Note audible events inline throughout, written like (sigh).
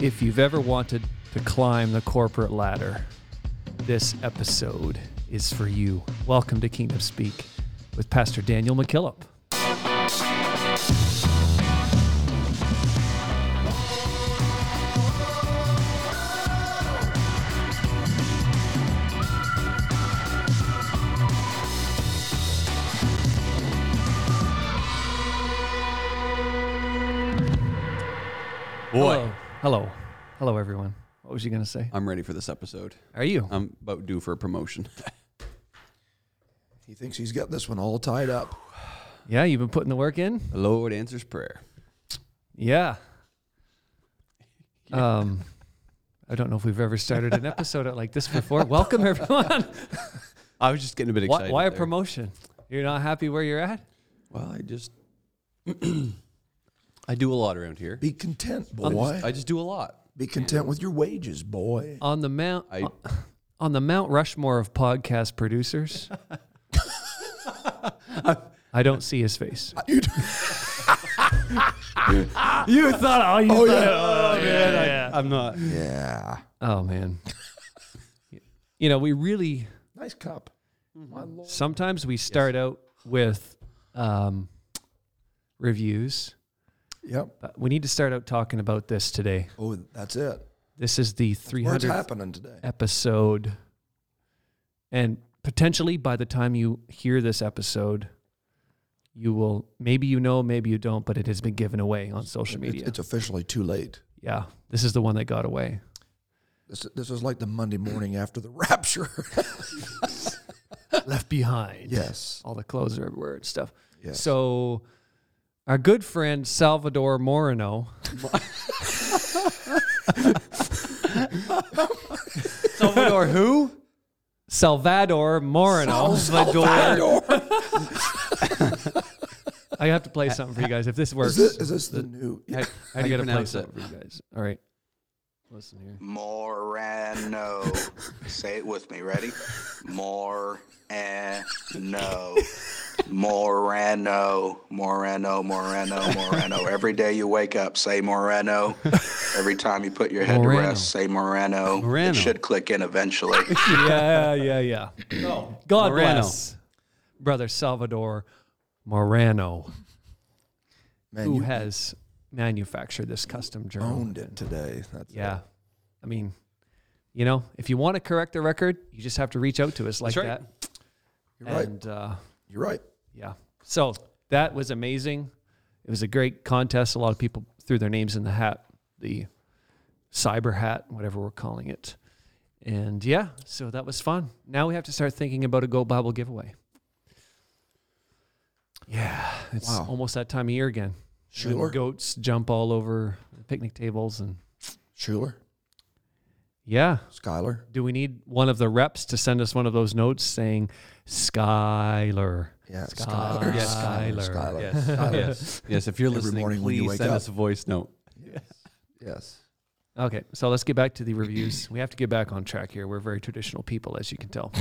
If you've ever wanted to climb the corporate ladder, this episode is for you. Welcome to Kingdom Speak with Pastor Daniel McKillop. Boy, Hello. Hello. Hello, everyone. What was you going to say? Uh, I'm ready for this episode. Are you? I'm about due for a promotion. (laughs) He thinks he's got this one all tied up. Yeah, you've been putting the work in? the Lord answers prayer. (laughs) Yeah. Um, I don't know if we've ever started an episode out like this before. Welcome, everyone. (laughs) I was just getting a bit Why, excited. why a there. promotion? You're not happy where you're at? Well, I just (clears throat) I do a lot around here. Be content, I'm boy. just- I just do a lot. Be content with your wages, boy. On the mount, I on the Mount Rushmore of podcast (laughs) producers. I don't see his face. (laughs) You (laughs) You thought, oh, you Oh, yeah. I'm not. yeah. Oh, man. you know, we really, Nice cup. My lord. sometimes we start out with um, reviews. Yep. But we need to start out talking about this today. Oh, that's it. This is the What's 300th happening today? episode. And potentially by the time you hear this episode, you will maybe you know, maybe you don't, but it has been given away on social media. It's, it's officially too late. yeah. This is the one that got (coughs) away. This, this is like the Monday morning after the (laughs) rapture. Left behind. yes. All the clothes are everywhere and stuff. Yes. So our good friend Salvador Moreno. (laughs) Salvador who? Salvador Moreno. Salvador. I have to play something for you guys if this works. Is this, is this the new? How, how I do you gotta play pronounce it? something for you guys. All right. Listen here. Morano. Say it with me. Ready? Morano. Morano. Morano. Morano. Morano. Every day you wake up, say Morano. Every time you put your head Morano. to rest, say Morano. Morano. It should click in eventually. (laughs) yeah, yeah, yeah. God Moreno. bless brother Salvador Morano, Man, who you has manufactured this custom journal. owned it today. That's Yeah, I mean, you know, if you want to correct the record, you just have to reach out to us like That's right. that. You're right. And uh, You're right. yeah, so that was amazing. It was a great contest. A lot of people threw their names in the hat, the cyber hat, whatever we're calling it. And yeah, so that was fun. Now we have to start thinking about a Go Bible giveaway. Yeah, it's Wow. almost that time of year again. When Sure. Goats jump all over the picnic tables and Schuler, yeah. Skyler. Do we need one of the reps to send us one of those notes saying Skyler? Yeah, Skyler. Skyler. Yes, Skyler. Skyler. Yes. Skyler. Yes. (laughs) yes, if you're Every listening, morning when you please wake send up. us a voice note. Yes. Okay, so let's get back to the reviews. we have to get back on track here. We're very traditional people, as you can tell.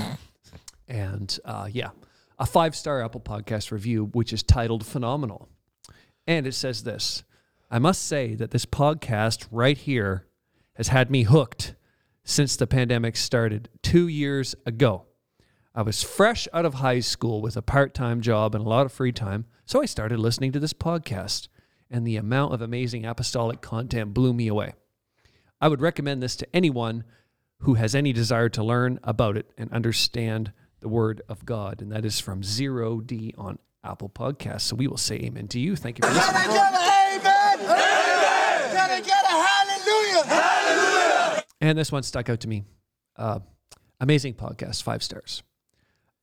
And uh, yeah, a five star Apple Podcast review, which is titled Phenomenal. And it says this I must say that this podcast right here has had me hooked since the pandemic started two years ago. I was fresh out of high school with a part time job and a lot of free time, so I started listening to this podcast, and the amount of amazing apostolic content blew me away. I would recommend this to anyone who has any desire to learn about it and understand the Word of God. And that is from Zero D on Apple Podcasts. So we will say amen to you. Thank you for listening. Can I get an amen? Amen. Can I get a hallelujah? And this one stuck out to me. Uh, amazing podcast, five stars.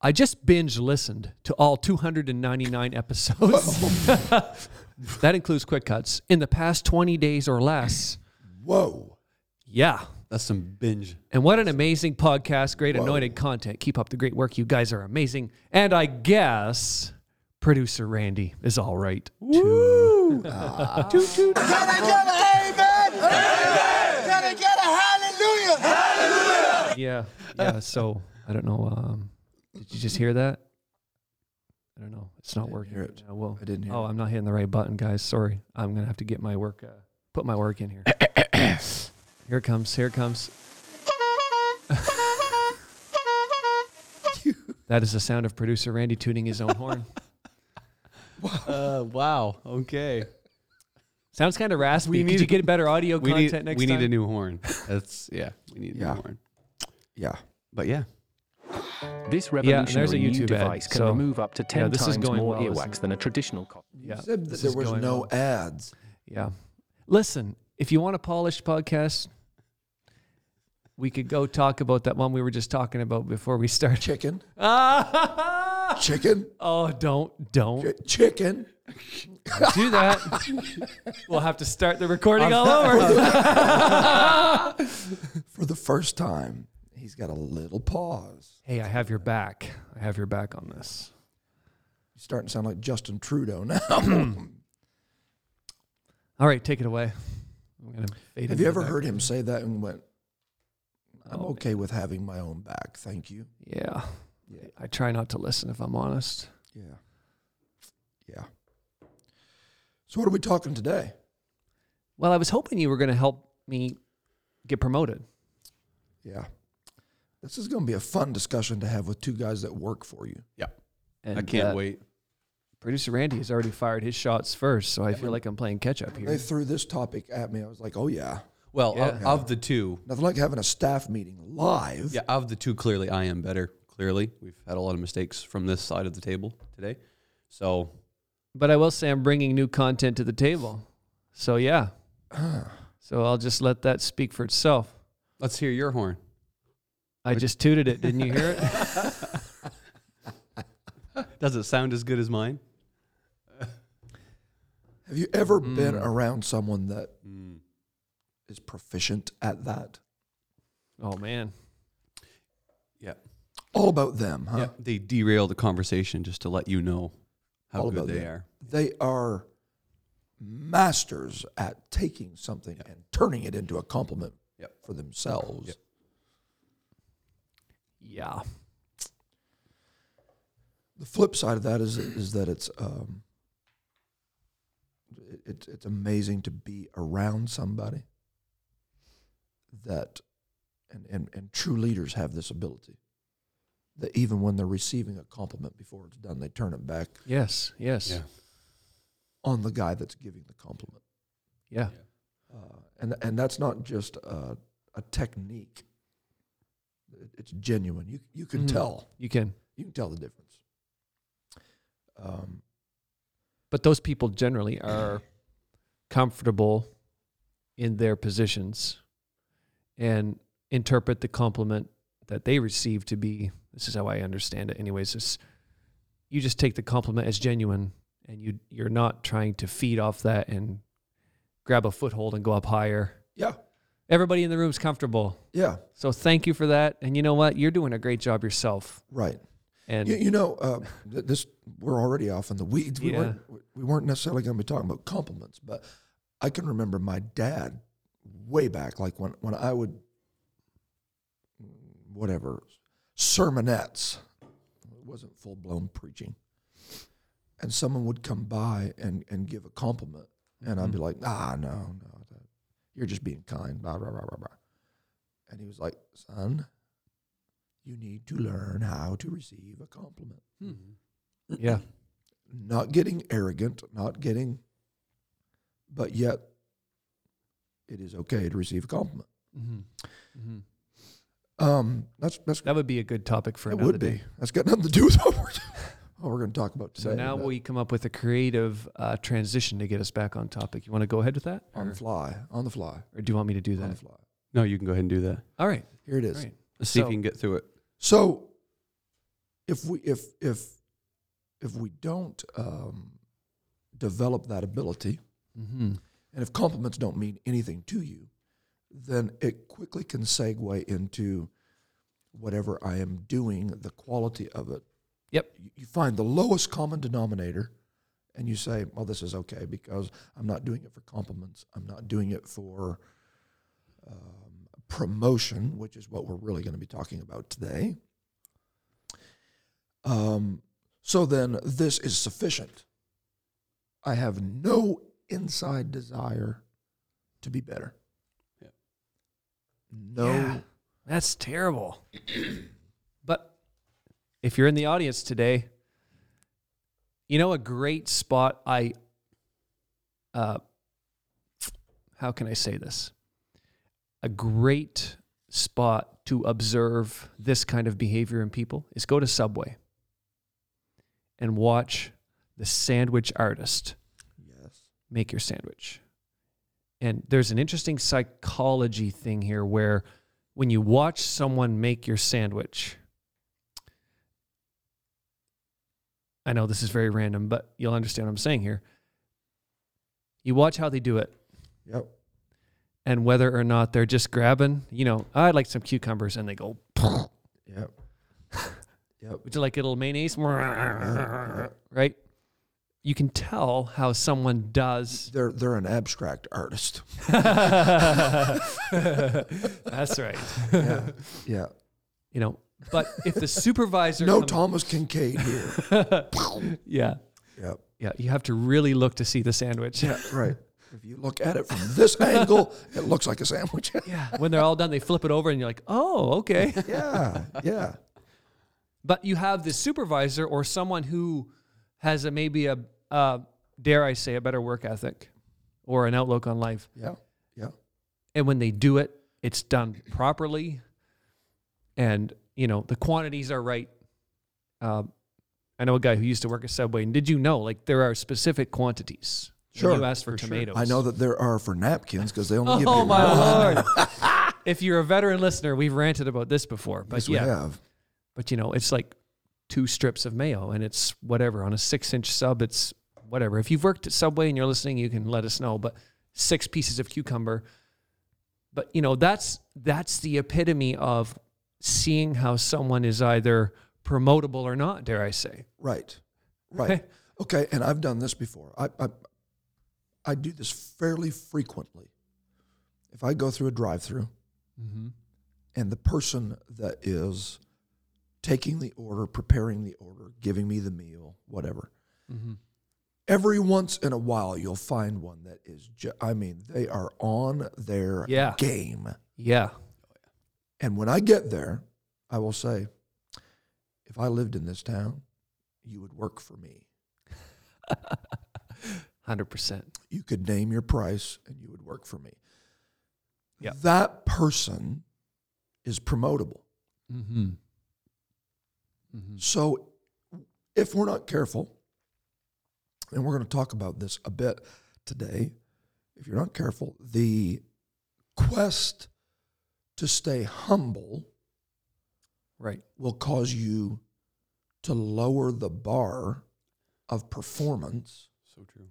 I just binge listened to all 299 episodes. (laughs) that includes quick cuts in the past 20 days or less. Whoa. Yeah. That's some binge. And what an amazing podcast. Great anointed content. Keep up the great work. You guys are amazing. And I guess producer Randy is all right too. Can I get an amen? Amen. Can I get a hallelujah? Yeah. Yeah. So I don't know. Um, did you just hear that? I don't know. It's not working. hear right it. now. Well, I didn't hear (coughs) Oh, I'm not hitting the right button, guys. Sorry. I'm gonna have to get my work. Uh, put my work in here. Here it comes. Here it (laughs) comes. that is the sound of producer Randy tuning his own (laughs) horn. Uh, wow. Okay. Sounds kind of raspy. We need- you get better audio We content need next we time? need a new horn. That's yeah. We need a Yeah. new horn. Yeah. But yeah. This Yeah, there's a revolutionary new YouTube ad, device can so- remove up to 10 this is times going more well, isn't earwax than a traditional copy. yeah, You said that this there is was going no well. ads. Yeah. Listen, if you want a polished podcast, we could go talk about that one we were just talking about before we (laughs) started. Chicken. Ah! Chicken. oh, don't, don't Ch- Chicken. do that. we'll have to start the recording all over. For the first time, he's got a little pause. hey, I have your back. I have your back on this. He's starting to sound like Justin Trudeau now. All right, take it away. I'm gonna fade Have into you the ever back. heard him say that and went, I'm Oh, okay with having my own back. Thank you. Yeah. I try not to listen if I'm honest. Yeah. Yeah. So, what are we talking today? Well, I was hoping you were going to help me get promoted. Yeah. This is going to be a fun discussion to have with two guys that work for you. Yeah. And I can't uh, wait. Producer Randy has already fired his shots first, so I feel like I'm playing catch up They here. threw this topic at me. I was like, oh, yeah. Well, Yeah. of, of the two, Nothing like having a staff meeting live. yeah, of the two, clearly I am better. Clearly, we've had a lot of mistakes from this side of the table today. So But I will say I'm bringing new content to the table. So yeah. So I'll just let that speak for itself. let's hear your horn. I just tooted it. Didn't you hear (laughs) it? (laughs) Does it sound as good as mine? Have you ever been around someone that is proficient at that? Oh man. Yeah. All about them, huh? Yeah. They derail the conversation just to let you know how All good about they that. are. They are masters at taking something and turning it into a compliment Yep. for themselves. Yep. Yeah. The flip side of that is is that it's um, it, it's it's amazing to be around somebody that and, and and true leaders have this ability that even when they're receiving a compliment before it's done, they turn it back Yes. Yes. Yeah. Yeah. on the guy that's giving the compliment. Uh, and and that's not just a, a technique. It- It's genuine. You you can Mhm. tell. You can. You can tell the difference. Um, But those people generally are comfortable in their positions and interpret the compliment that they receive to be this is how I understand it anyways is you just take the compliment as genuine and you you're not trying to feed off that and grab a foothold and go up higher. yeah, Everybody in the room's comfortable. yeah, So thank you for that and you know what you're doing a great job yourself right. and You, you know, uh, th- this we're already off in the weeds. We Yeah. weren't we weren't necessarily going to be talking about compliments, but I can remember my dad way back, like when when I would whatever sermonettes. It wasn't full blown preaching, and someone would come by and and give a compliment, and I'd be like, Ah, no, no, that, you're just being kind. Blah blah blah blah blah. And he was like, Son. You need to learn how to receive a compliment hmm. yeah. not getting arrogant, not getting, but yet it is okay to receive a compliment. Um, that's that's Mm-hmm. That would be a good topic for that another would day. be that's got nothing to do with what we're (laughs) what we're going to talk about today. So now but we come up with a creative uh, transition to get us back on topic. You want to go ahead with that, on the or, fly, on the fly, or do you want me to do on the that? fly. No, you can go ahead and do that. All right, Here it all is. right. Let's see if So- you can get through it. So if we if if if we don't um, develop that ability, Mhm. and if compliments don't mean anything to you, then it quickly can segue into whatever I am doing, the quality of it. Yep. You- You find the lowest common denominator and you say, well, this is okay because I'm not doing it for compliments. I'm not doing it for um, promotion, which is what we're really going to be talking about today. Um, so then this is sufficient. I have no inside desire to be better. Yeah. No. Yeah. That's terrible. but if you're in the audience today, you know a great spot I uh how can I say this? A great spot to observe this kind of behavior in people is go to Subway and watch the sandwich artist Yes. make your sandwich. And there's an interesting psychology thing here where when you watch someone make your sandwich, I know this is very random, but you'll understand what I'm saying here. You watch how they do it Yep. and whether or not they're just grabbing, you know, I'd like some cucumbers and they go, (laughs) Yep. yep. would you like a little mayonnaise? Right? You can tell how someone does They're they're an abstract artist. That's right. Yeah. yeah. You know, but if the supervisor (laughs) No comes- Thomas Kincaid here. yeah, yep. yeah, you have to really look to see the sandwich. (laughs) Yeah. Right. If you look at it from this angle, it looks like a sandwich. When they're all done, they flip it over, and you're like, oh, okay. (laughs) yeah. Yeah. but you have this supervisor or someone who has a maybe a uh, dare I say a better work ethic or an outlook on life, Yeah. Yeah. and when they do it, it's done properly, and you know the quantities are right. Um, I know a guy who used to work at Subway, and did you know like there are specific quantities? When Sure, you ask for, tomatoes. I know that there are for napkins because they only give you Oh my one. lord! (laughs) if you're a veteran listener, we've ranted about this before, but Yes, we yeah, have. but you know, it's like two strips of mayo, and it's whatever on a six-inch sub. It's whatever. If you've worked at Subway and you're listening, you can let us know. But six pieces of cucumber. But you know, that's that's the epitome of seeing how someone is either promotable or not. Dare I say? Right. Right. okay. And I've done this before. I, I I do this fairly frequently. If I go through a drive-through and the person that is taking the order, preparing the order, giving me the meal, whatever. Every once in a while, you'll find one that is. Ju- I mean, they are on their Yeah. game. Yeah. And when I get there, I will say, if I lived in this town, you would work for me. Hundred percent. You could name your price and you would work for me. Yeah. That person is promotable. Mm-hmm. So if we're not careful, and we're going to talk about this a bit today, if you're not careful, the quest to stay humble Right. will cause you to lower the bar of performance So true.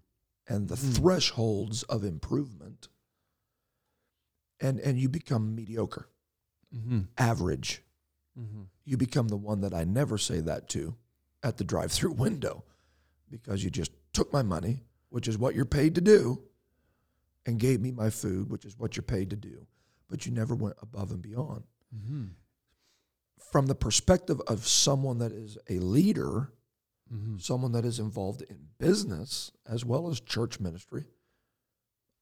and Hmm. the thresholds of improvement and and you become mediocre Mm-hmm. average Mm-hmm. you become the one that I never say that to at the drive through (laughs) window because you just took my money, which is what you're paid to do, and gave me my food, which is what you're paid to do, but you never went above and beyond. Mm-hmm. From the perspective of someone that is a leader, Mm-hmm. someone that is involved in business as well as church ministry,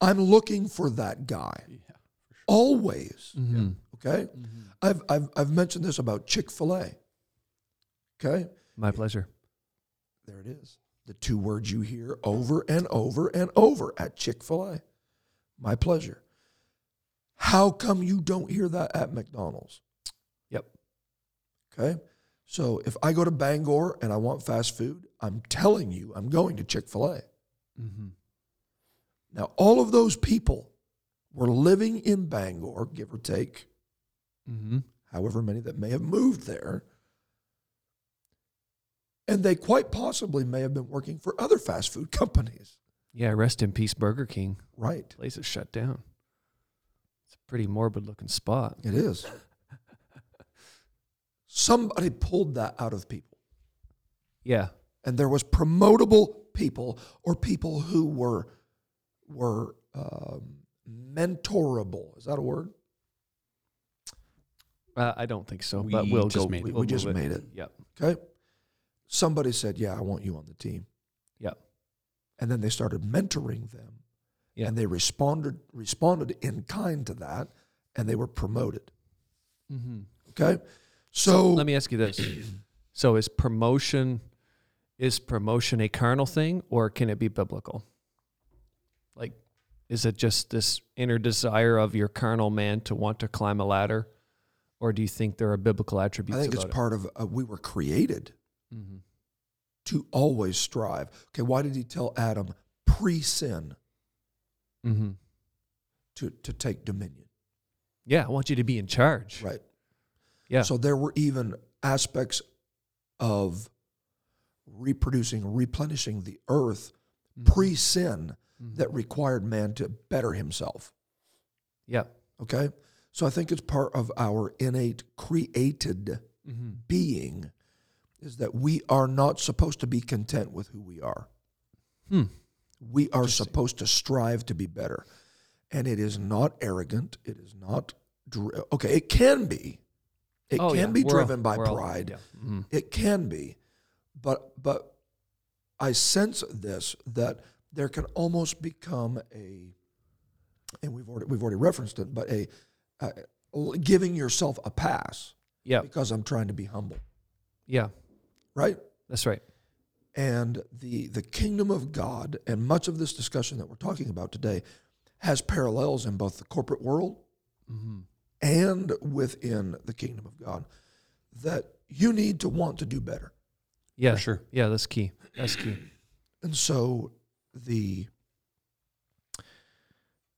I'm looking for that guy Yeah. always. Mm-hmm. Okay. I've, I've, I've mentioned this about Chick fil A. Okay. My pleasure. There it is. The two words you hear over and over and over at Chick fil A. My pleasure. How come you don't hear that at McDonald's? Yep. Okay. So if I go to Bangor and I want fast food, I'm telling you, I'm going to Chick fil A. Mm-hmm. Now, all of those people were living in Bangor, give or take Mm-hmm. however many that may have moved there. And they quite possibly may have been working for other fast food (laughs) companies. Yeah. Rest in peace, Burger King. Right. place is shut down. It's a pretty morbid looking spot. It is. Somebody pulled that out of people. Yeah. And there was promotable people or people who were were um, mentorable. Is that a word? Uh, I don't think so, We but we'll just go. made it. we'll We just move made it. Yep. Okay. Somebody said, Yeah, I want you on the team. Yep. and then they started mentoring them Yeah. and they responded responded in kind to that and they were promoted. Okay, so Mm-hmm. Let me ask you this. (coughs) So is promotion is promotion a carnal thing or can it be biblical? Like is it just this inner desire of your carnal man to want to climb a ladder or do you think there are biblical attributes I think it's about part of uh, we were created it? Mhm. to always strive. Okay, why did he tell Adam pre sin Mhm. to to take dominion? Yeah, I want you to be in charge. Right. Yeah. So there were even aspects of reproducing, replenishing the earth pre sin that required man to better himself. yeah. Okay. So I think it's part of our innate created being is that we are not supposed to be content with who we are. Hmm. We are supposed to strive to be better. And it is not arrogant. It is not, dr- okay, it can be. It Oh, can yeah. be We're all- driven by we're all- pride. yeah. Mhm. It can be, but but I sense this that there can almost become a, and we've already we've already referenced it, but a, a giving yourself a pass Yeah. because I'm trying to be humble, Yeah. right? That's right. And the the kingdom of God and much of this discussion that we're talking about today has parallels in both the corporate world and within the kingdom of God that you need to want to do better. Yeah. sure. Yeah, that's key. That's key. And so the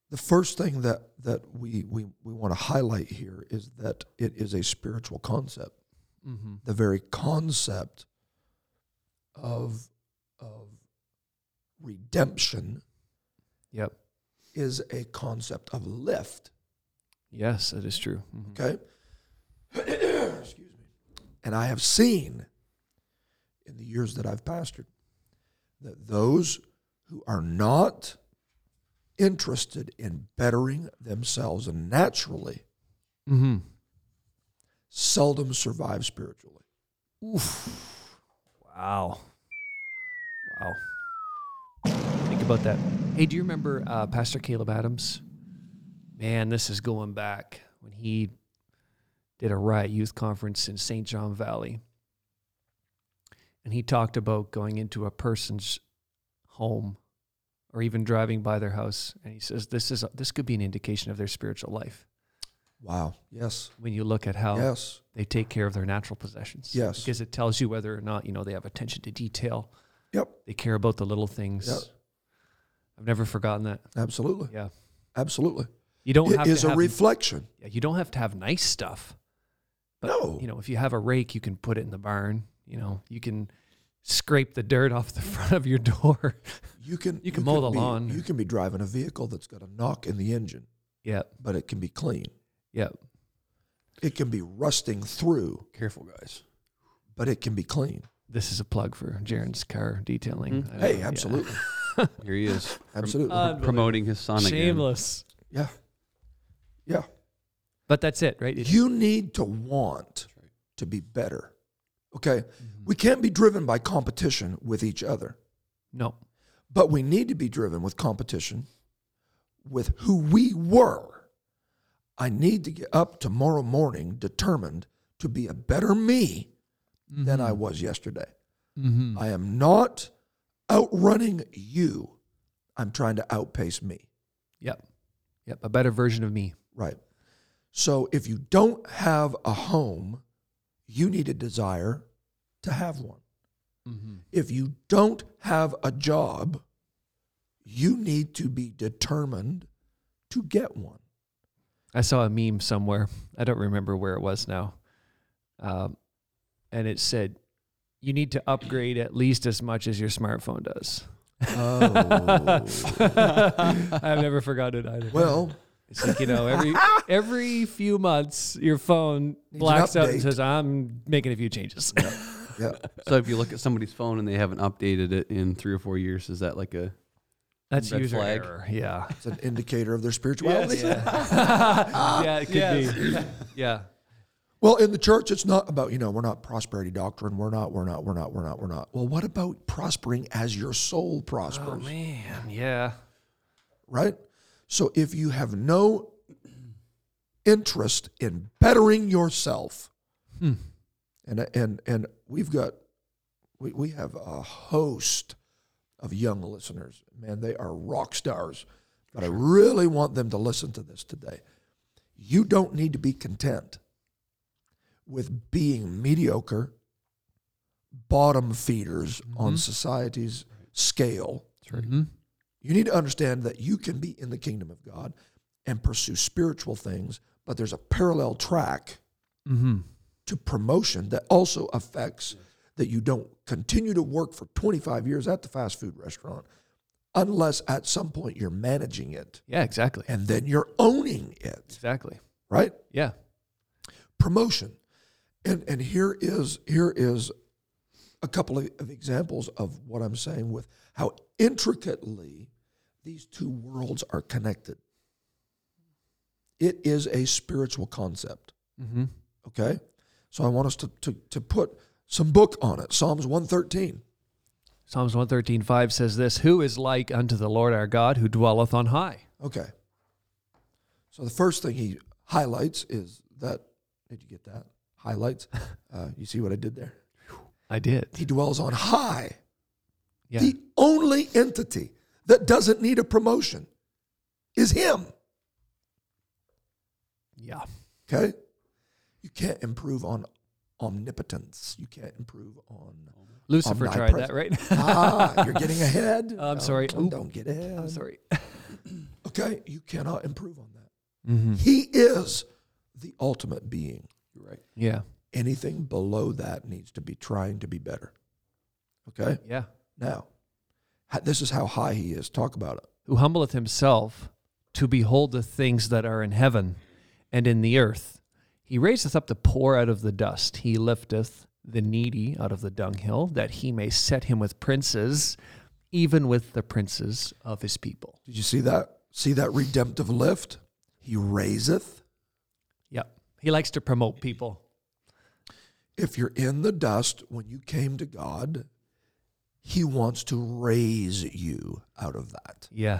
the first thing that that we we, we want to highlight here is that it is a spiritual concept. Mhm. The very concept of of redemption Yep. is a concept of lift. Yes, that is true. Mhm. Okay. (clears throat) Excuse me. And I have seen in the years that I've pastored that those who are not interested in bettering themselves naturally Mhm. seldom survive spiritually. Wow. Wow. Think about that. Hey, do you remember uh, Pastor Caleb Adams? Man, this is going back when he did a riot youth conference in St. John Valley. And he talked about going into a person's home or even driving by their house. And he says, this, is this could be an indication of their spiritual life Wow. Yes. when you look at how Yes. they take care of their natural possessions. Yes. Because it tells you whether or not, you know, they have attention to detail. Yep. They care about the little things. Yep. I've never forgotten that. Absolutely. Yeah. Absolutely. You don't It have is to a have reflection. yeah, you don't have to have nice stuff. But No. you know, if you have a rake, you can put it in the barn, you know, you can scrape the dirt off the (laughs) front of your door. (laughs) You can You can mow the be- lawn. You can be driving a vehicle that's got a knock in the engine, yep. but it can be clean. Yep. It can be rusting through, Careful, guys. but it can be clean. This is a plug for Jaren's car detailing. I don't know, Hey, yeah. (laughs) uh, (laughs) absolutely, Here he is absolutely, promoting his son again. Shameless. yeah, yeah. But that's it, right? It- You need to want to be better. Okay, Mm-hmm. we can't be driven by competition with each other, no. but we need to be driven with competition with who we were. I need to get up tomorrow morning determined to be a better me than I was yesterday. Mm-hmm. I am not outrunning you. I'm trying to outpace me. Yep. Yep. A better version of me. Right. So if you don't have a home, you need a desire to have one. If you don't have a job, you need to be determined to get one. I saw a meme somewhere. I don't remember where it was now. Um, and it said, you need to upgrade at least as much as your smartphone does. Oh. I've never forgotten it either. (laughs) Well, it's like, you know, every every few months, your phone an blacks out and update. says, I'm making a few changes. yeah. So if you look at somebody's phone and they haven't updated it in three or four years, is that like a That's Red user flag. error. Yeah. It's an indicator of their spirituality. yeah, it could be. (laughs) Yeah. Well, in the church, it's not about, you know, we're not prosperity doctrine. We're not, we're not, we're not, we're not, we're not. Well, what about prospering as your soul prospers? Oh, man. Yeah. right? So if you have no interest in bettering yourself. And and and we've got we, we have a host of young listeners. Man, they are rock stars. But I really want them to listen to this today. You don't need to be content with being mediocre bottom feeders on society's scale. You need to understand that you can be in the kingdom of God and pursue spiritual things, but there's a parallel track to promotion that also affects that you don't continue to work for 25 years at the fast food restaurant unless at some point you're managing it Yeah, exactly. and then you're owning it, Exactly. right? Yeah. promotion. And and here is here is a couple of, of examples of what I'm saying with how intricately these two worlds are connected. It is a spiritual concept. Mhm. Okay? So I want us to, to, to put some book on it. Psalms 113. Psalms 113.5 says this, Who is like unto the Lord our God who dwelleth on high? Okay. So the first thing he highlights is that. Did you get that? Highlights. Uh, you see what I did there? I did. He dwells on high. Yeah. The only entity that doesn't need a promotion is him. yeah. Okay? You can't improve on omnipotence. You can't improve (laughs) on. Lucifer tried that, right? ah, you're getting ahead. I'm No, sorry. Don't, Oop. don't get ahead. I'm (laughs) sorry. Okay? You cannot improve on that. Mm-hmm. He is the ultimate being. You're right. Yeah. Anything below that needs to be trying to be better. Okay? Yeah. Now, ha- this is how high he is. Talk about it. Who humbleth himself to behold the things that are in heaven and in the earth. He raiseth up the poor out of the dust. He lifteth the needy out of the dunghill, that he may set him with princes, even with the princes of his people. Did you see that? See that redemptive lift? He raiseth. Yep. He likes to promote people. If you're in the dust when you came to God, He wants to raise you out of that. Yeah.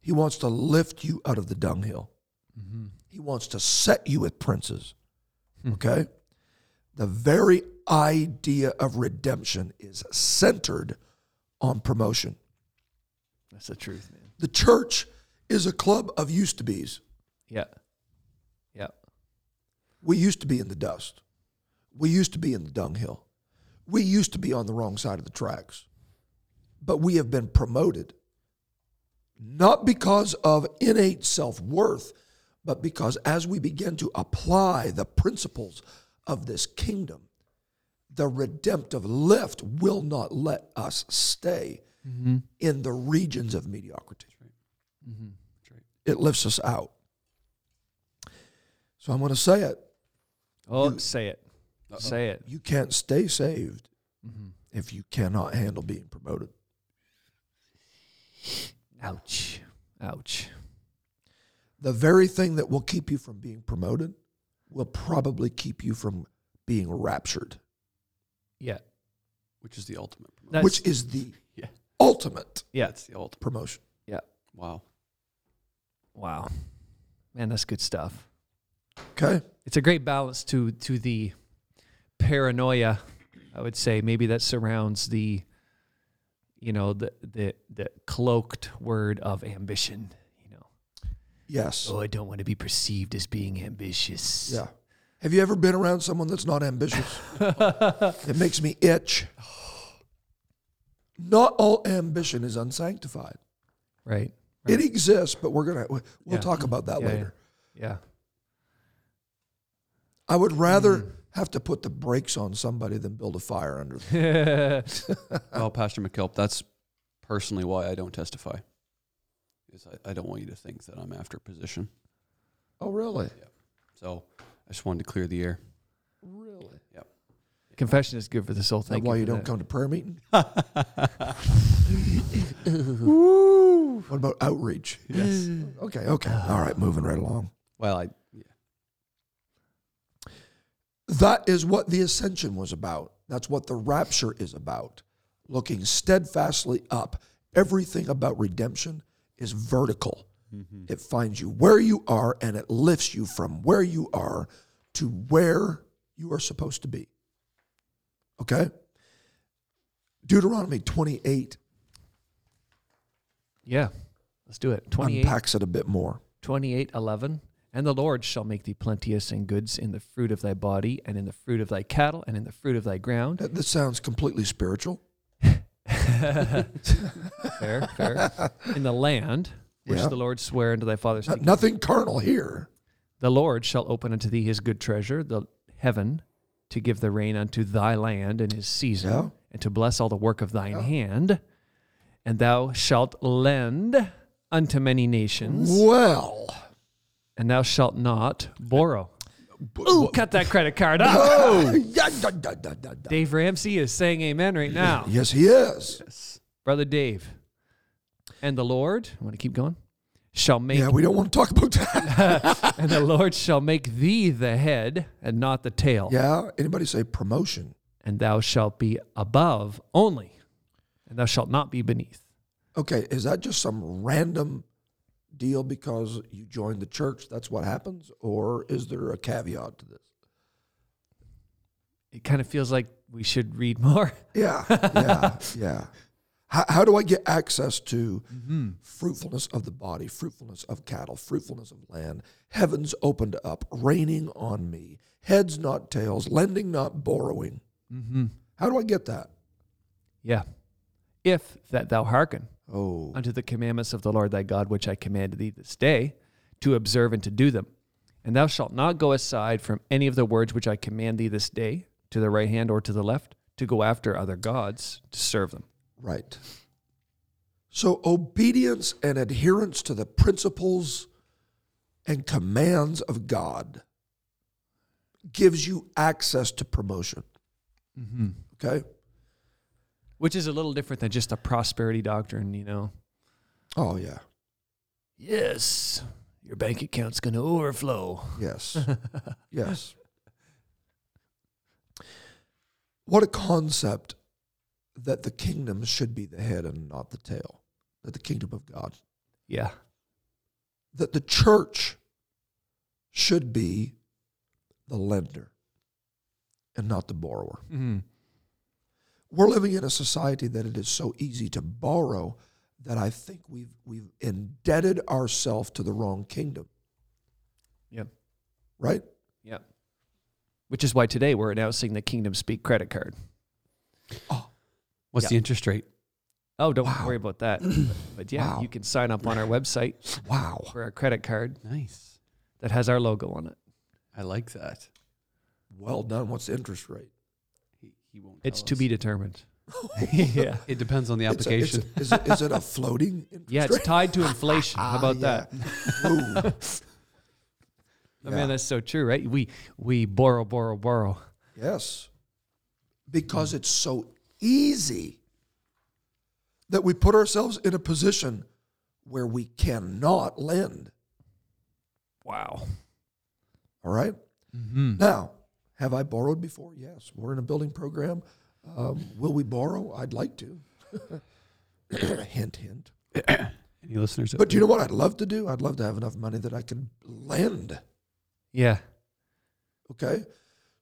He wants to lift you out of the dunghill. He wants to set you with princes. Okay? The very idea of redemption is centered on promotion. That's the truth, man. The church is a club of used to be's. Yeah. Yeah. We used to be in the dust. We used to be in the dunghill. We used to be on the wrong side of the tracks. But we have been promoted, not because of innate self worth, but because as we begin to apply the principles of this kingdom, the redemptive lift will not let us stay in the regions of mediocrity. It lifts us out. So I'm going to say it. Oh, say it. Say it. you can't stay saved Mm-hmm. if you cannot handle being promoted. Ouch. Ouch. The very thing that will keep you from being promoted will probably keep you from being raptured, Yeah. Which is the ultimate. Promotion. That's, which is (laughs) the Yeah. ultimate yeah. That's the ultimate. promotion. Yeah. Wow. Wow. Man, that's good stuff. Okay? It's a great balance to to the paranoia, I would say, maybe that surrounds the you know, the the the cloaked word of ambition, you know. Yes. Oh, I don't want to be perceived as being ambitious. Yeah. Have you ever been around someone that's not ambitious? (laughs) it makes me itch. Not all ambition is unsanctified. Right. It exists, but we're gonna we'll Yeah. talk about that Yeah, yeah. later. (laughs) Yeah. I would rather Mm. have to put the brakes on somebody than build a fire under them. Well, Pastor McKelp, that's personally why I don't testify. Is I, I don't want you to think that I'm after position. Oh, really? So I just wanted to clear the air. Really? Confession is good for the soul. Thank That's why you. you for don't that. come to prayer (laughs) meeting? (laughs) What about outreach? Yes. Okay, okay. All right, moving right along. well, I yeah. That is what the ascension was about. That's what the rapture is about. Looking steadfastly up. Everything about redemption is vertical. It finds you where you are and it lifts you from where you are to where you are supposed to be. Okay? Deuteronomy 28 Yeah. Let's do it. 28, unpacks it a bit more. 28 11. And the Lord shall make thee plenteous in goods in the fruit of thy body, and in the fruit of thy cattle, and in the fruit of thy ground. That, that sounds completely spiritual. Fair, (laughs) fair. In the land which Yeah. the Lord sware unto thy fathers. to Not- Uh, nothing carnal here. The Lord shall open unto thee his good treasure, the heaven, to give the rain unto thy land in his season, Yeah. and to bless all the work of thine hand. And thou shalt lend unto many nations, Well, and thou shalt not borrow. Ooh, cut that credit card off. (laughs) oh, da, da, da, da, da, da. Dave Ramsey is saying amen right now. yes, he is. Brother Dave. And the Lord, want to keep going? Shall make Yeah, we don't want to talk about that. and the Lord shall make thee the head and not the tail. yeah, anybody say promotion? and thou shalt be above only, and thou shalt not be beneath. Okay, is that just some random deal because you joined the church? That's what happens, or is there a caveat to this? It kind of feels like we should read (laughs) more. Yeah, yeah, yeah. How, how do I get access to fruitfulness of the body, fruitfulness of cattle, fruitfulness of land? Heavens opened up, raining on me, heads not tails, lending not borrowing. How do I get that? Yeah. If that thou hearken Oh, unto the commandments of the Lord thy God, which I commanded thee this day, to observe and to do them. And thou shalt not go aside from any of the words which I command thee this day, to the right hand or to the left, to go after other gods to serve them. right. So obedience and adherence to the principles and commands of God gives you access to promotion. Okay. Which is a little different than just a prosperity doctrine, you know. Oh yeah. Yes, your bank account's going to overflow. Yes. yes. What a concept that the kingdom should be the head and not the tail, that the kingdom of God, Yeah. that the church should be the lender and not the borrower. Mhm. We're living in a society that it is so easy to borrow that I think we've, we've indebted ourselves to the wrong kingdom, Yep. right? Yep. Which is why today we're announcing the Kingdom Speak credit card. What's Yeah. the interest rate? Oh, don't worry about (clears throat) that. But, but yeah, Wow. you can sign up on our website Wow. for a credit card Nice. that has our logo on it. I like that. Well done. What's the interest rate? He, he won't. It's tell to us. be (laughs) determined. yeah. It depends on the It's a- it's a- application. is, it, is it a floating? (laughs) interest Yeah, it's rate? Ah, tied to inflation. How about yeah. (laughs) that? Ooh, Oh, man, that's so true, right? We we borrow, borrow, borrow. yes, because it's so easy that we put ourselves in a position where we cannot lend. Wow. All right? Now, have I borrowed before? Yes. We're in a building program. Um, will we borrow? I'd like to. (coughs) hint, hint. Any listeners? out But do you know what I'd love to do? I'd love to have enough money that I can lend. Yeah. Okay.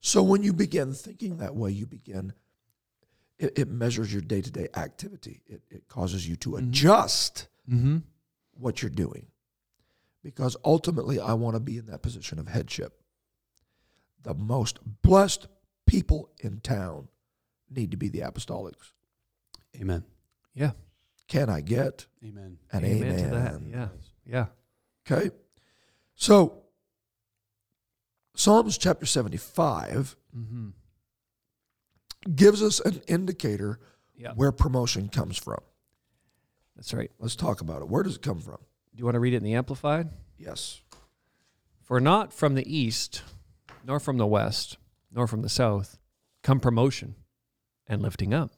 So when you begin thinking that way, you begin, it, it measures your day to day activity. It, it causes you to adjust Mm-hmm. what you're doing. Because ultimately, I want to be in that position of headship. The most blessed people in town need to be the apostolics. there? Amen. Yeah. Can I get Amen. an Amen amen? to that. Yeah. Yeah. Okay. So, Psalms chapter 75 Mm-hmm. gives us an indicator Yeah. where promotion comes from. That's right. Let's talk about it. Where does it come from? Do you want to read it in the Amplified? Yes. For not from the east, nor from the west, nor from the south come promotion and lifting up.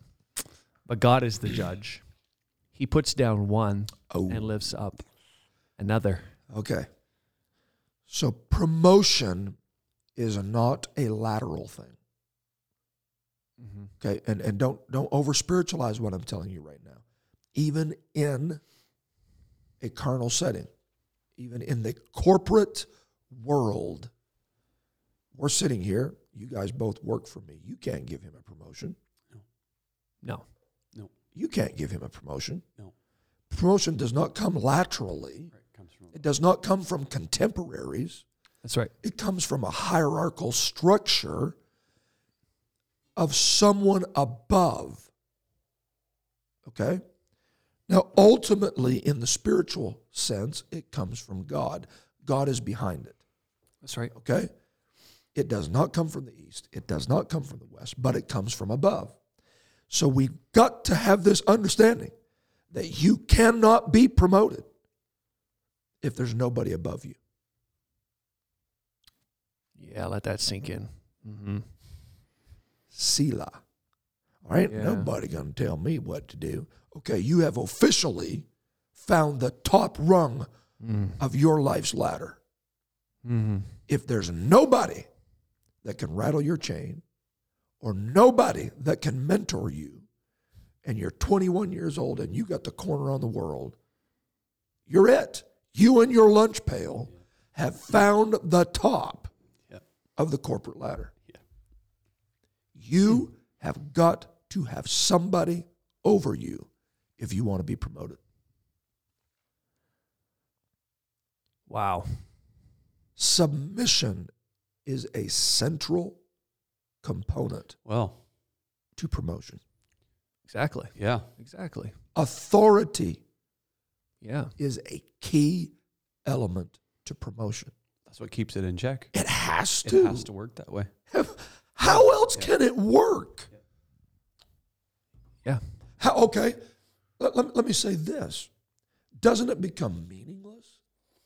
But God is the judge. He puts down one Oh. and lifts up another. Okay. So promotion is not a lateral thing. Mm-hmm. Okay, and and don't don't over spiritualize what I'm telling you right now. Even in a carnal setting, even in the corporate world. We're sitting here. You guys both work for me. You can't give him a promotion. No. You can't give him a promotion. No. Promotion does not come laterally. Right, comes from It does not come from contemporaries. That's right. It comes from a hierarchical structure of someone above. Okay? Now, ultimately, in the spiritual sense, it comes from God. God is behind it. That's right. Okay? It does not come from the east, it does not come from the west, but it comes from above. So we've got to have this understanding that you cannot be promoted if there's nobody above you. Yeah, let that sink in. Mm-hmm. Selah. All right, Yeah. nobody gonna tell me what to do. Okay, you have officially found the top rung of your life's ladder. Mm. Mm-hmm. If there's nobody that can rattle your chain, or nobody that can mentor you, and you're 21 years old and you got the corner on the world, you're it. You and your lunch pail have found the top Yep. of the corporate ladder. Yeah. You have got to have somebody over you if you want to be promoted. Wow. Submission is a central component Well, to promotion. Exactly. yeah. Exactly. Authority Yeah. is a key element to promotion. That's what keeps it in check. It has It to. has to work that way. How else can it work? Yeah. How, okay, let, let, let me say this: Doesn't it become meaningless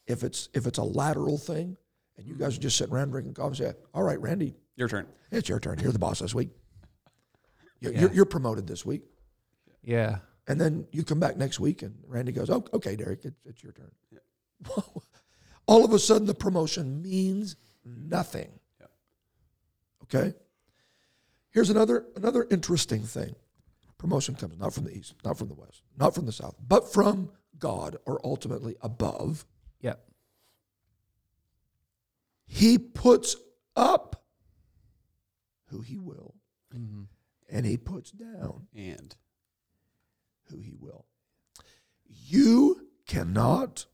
if it's if it's a lateral thing, and you guys are just sitting around drinking coffee? and Say, "All right, Randy, Your turn. it's your turn. You're the boss this week. You're, Yeah. you're, you're promoted this week." Yeah. And then you come back next week, and Randy goes, "Oh, okay, Derek, it's, it's your turn." (laughs) All of a sudden, the promotion means nothing. Okay. Here's another another interesting thing: promotion comes not from the east, not from the west, not from the south, but from God, or ultimately above. Yeah. He puts up who he will, and he puts down And who he will. You cannot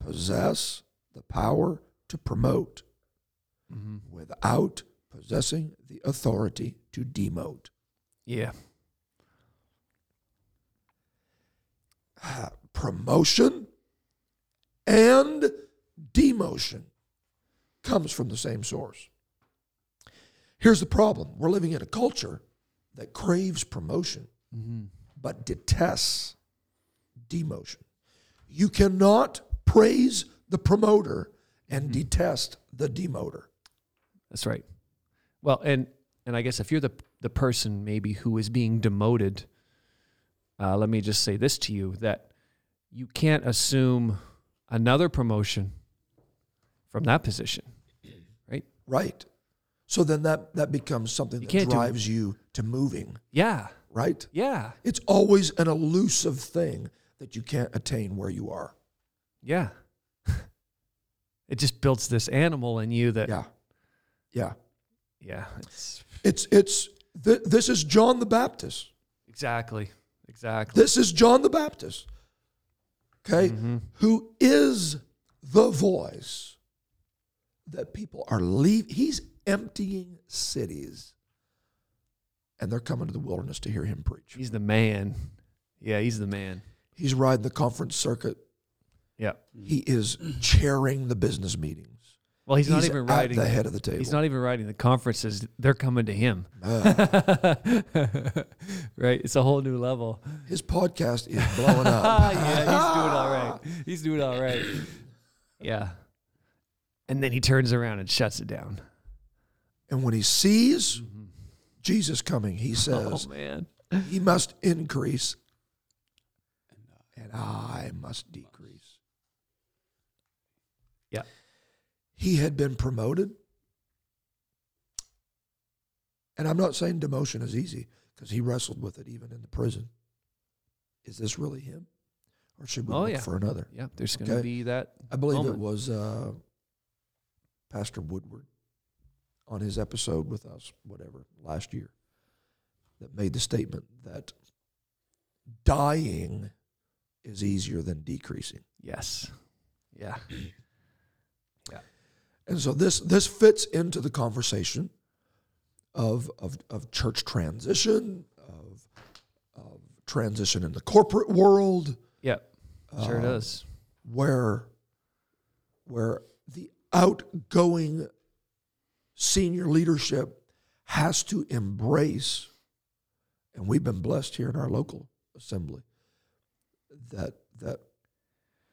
possess the power to promote without possessing the authority to demote. Yeah. Ah, Promotion and demotion comes from the same source. Here's the problem we're living in a culture that craves promotion Mm-hmm. but detests demotion. You cannot praise the promoter and Mm-hmm. detest the demoter. That's right. Well, and and I guess if you're the the person maybe who is being demoted, uh, let me just say this to you that you can't assume another promotion from that position, right? Right. So then that, that becomes something You that can't do- drives you to moving, Yeah. right? Yeah. It's always an elusive thing that you can't attain where you are. Yeah. (laughs) it just builds this animal in you that Yeah. Yeah. yeah, it's It's it's th- this is John the Baptist. exactly. Exactly. This is John the Baptist. Okay? Who is the voice that people are leaving. He's emptying cities. And they're coming to the wilderness to hear him preach. He's the man. Yeah, he's the man. He's riding the conference circuit. Yeah. He is chairing the business meetings. Well, he's, not He's even at writing the head of the table. He's not even writing the conferences. They're coming to him. Uh, (laughs) right? It's a whole new (laughs) level. (laughs) his podcast is blowing up. Ah, yeah, he's doing all right. He's doing all right. Yeah. And then he turns around and shuts it down. And when he sees Jesus coming, he Mm-hmm. Oh says, man. He must increase, and I must decrease. Yeah. He had been promoted. And I'm not saying demotion is easy because he wrestled with it even in the prison. Is this really him? or should we Oh, look yeah. for another? Yeah, there's going to Okay. be that. I believe it moment. was uh, Pastor Woodward on his episode with us, whatever, last year, that made the statement that dying is easier than decreasing. Yes. Yeah. And so this this fits into the conversation of of, of church transition, of of transition in the corporate world, Yeah. Sure Um, does. where where the outgoing senior leadership has to embrace and we've been blessed here in our local assembly that that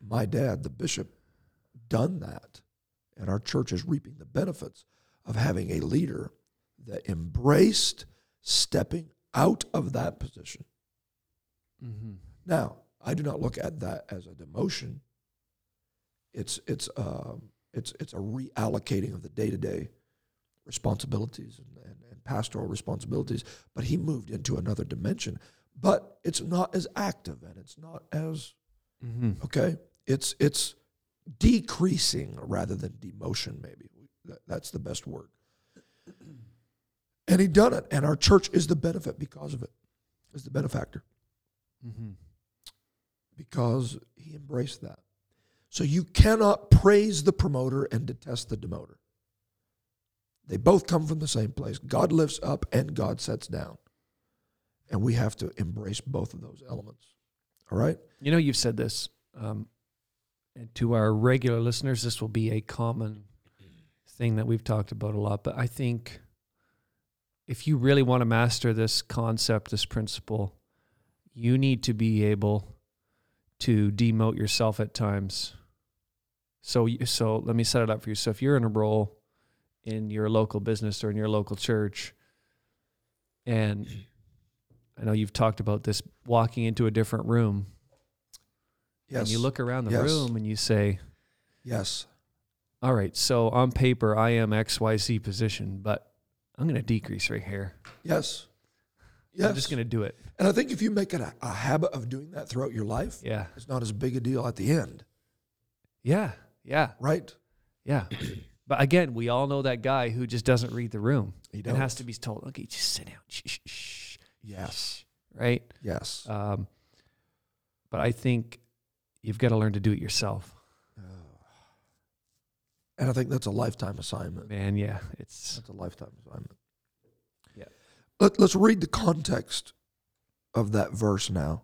my dad the bishop done that and our church is reaping the benefits of having a leader that embraced stepping out of that position Mm-hmm. now, I do not look at that as a demotion. It's it's um, it's it's a reallocating of the day to day responsibilities and, and, and pastoral responsibilities. But he moved into another dimension. But it's not as active and it's not as Mm-hmm. okay. It's it's decreasing rather than demotion. Maybe That- that's the best word. And he done it, and our church is the benefit because of it. Is the benefactor Mm-hmm. because he embraced that. So you cannot praise the promoter and detest the demoter. They both come from the same place. God lifts up and God sets down. And we have to embrace both of those elements. All right? You know, you've said this, um, and to our regular listeners, this will be a common thing that we've talked about a lot. But I think if you really want to master this concept, this principle, you need to be able to demote yourself at times. So, you- so let me set it up for you. So, if you're in a role in your local business or in your local church, and I know you've talked about this walking into a different room Yes. and you look around the Yes. room and you say, Yes. all right, so on paper, I am XYZ position, but I'm going to decrease right here. Yes. Yes. I'm just going to do it. and I think if you make it a, a habit of doing that throughout your life, Yeah. it's not as big a deal at the end, Yeah. Yeah. right? (clears throat) Yeah. but again, we all know that guy who just doesn't read the room He and has to be told, okay, just sit down. Shh, shh, shh. Yes. Right. Yes. Um, but I think you've got to learn to do it yourself. and I think that's a lifetime assignment. Man, yeah. It's, That's a lifetime assignment. Yeah. Let, let's read the context of that verse now.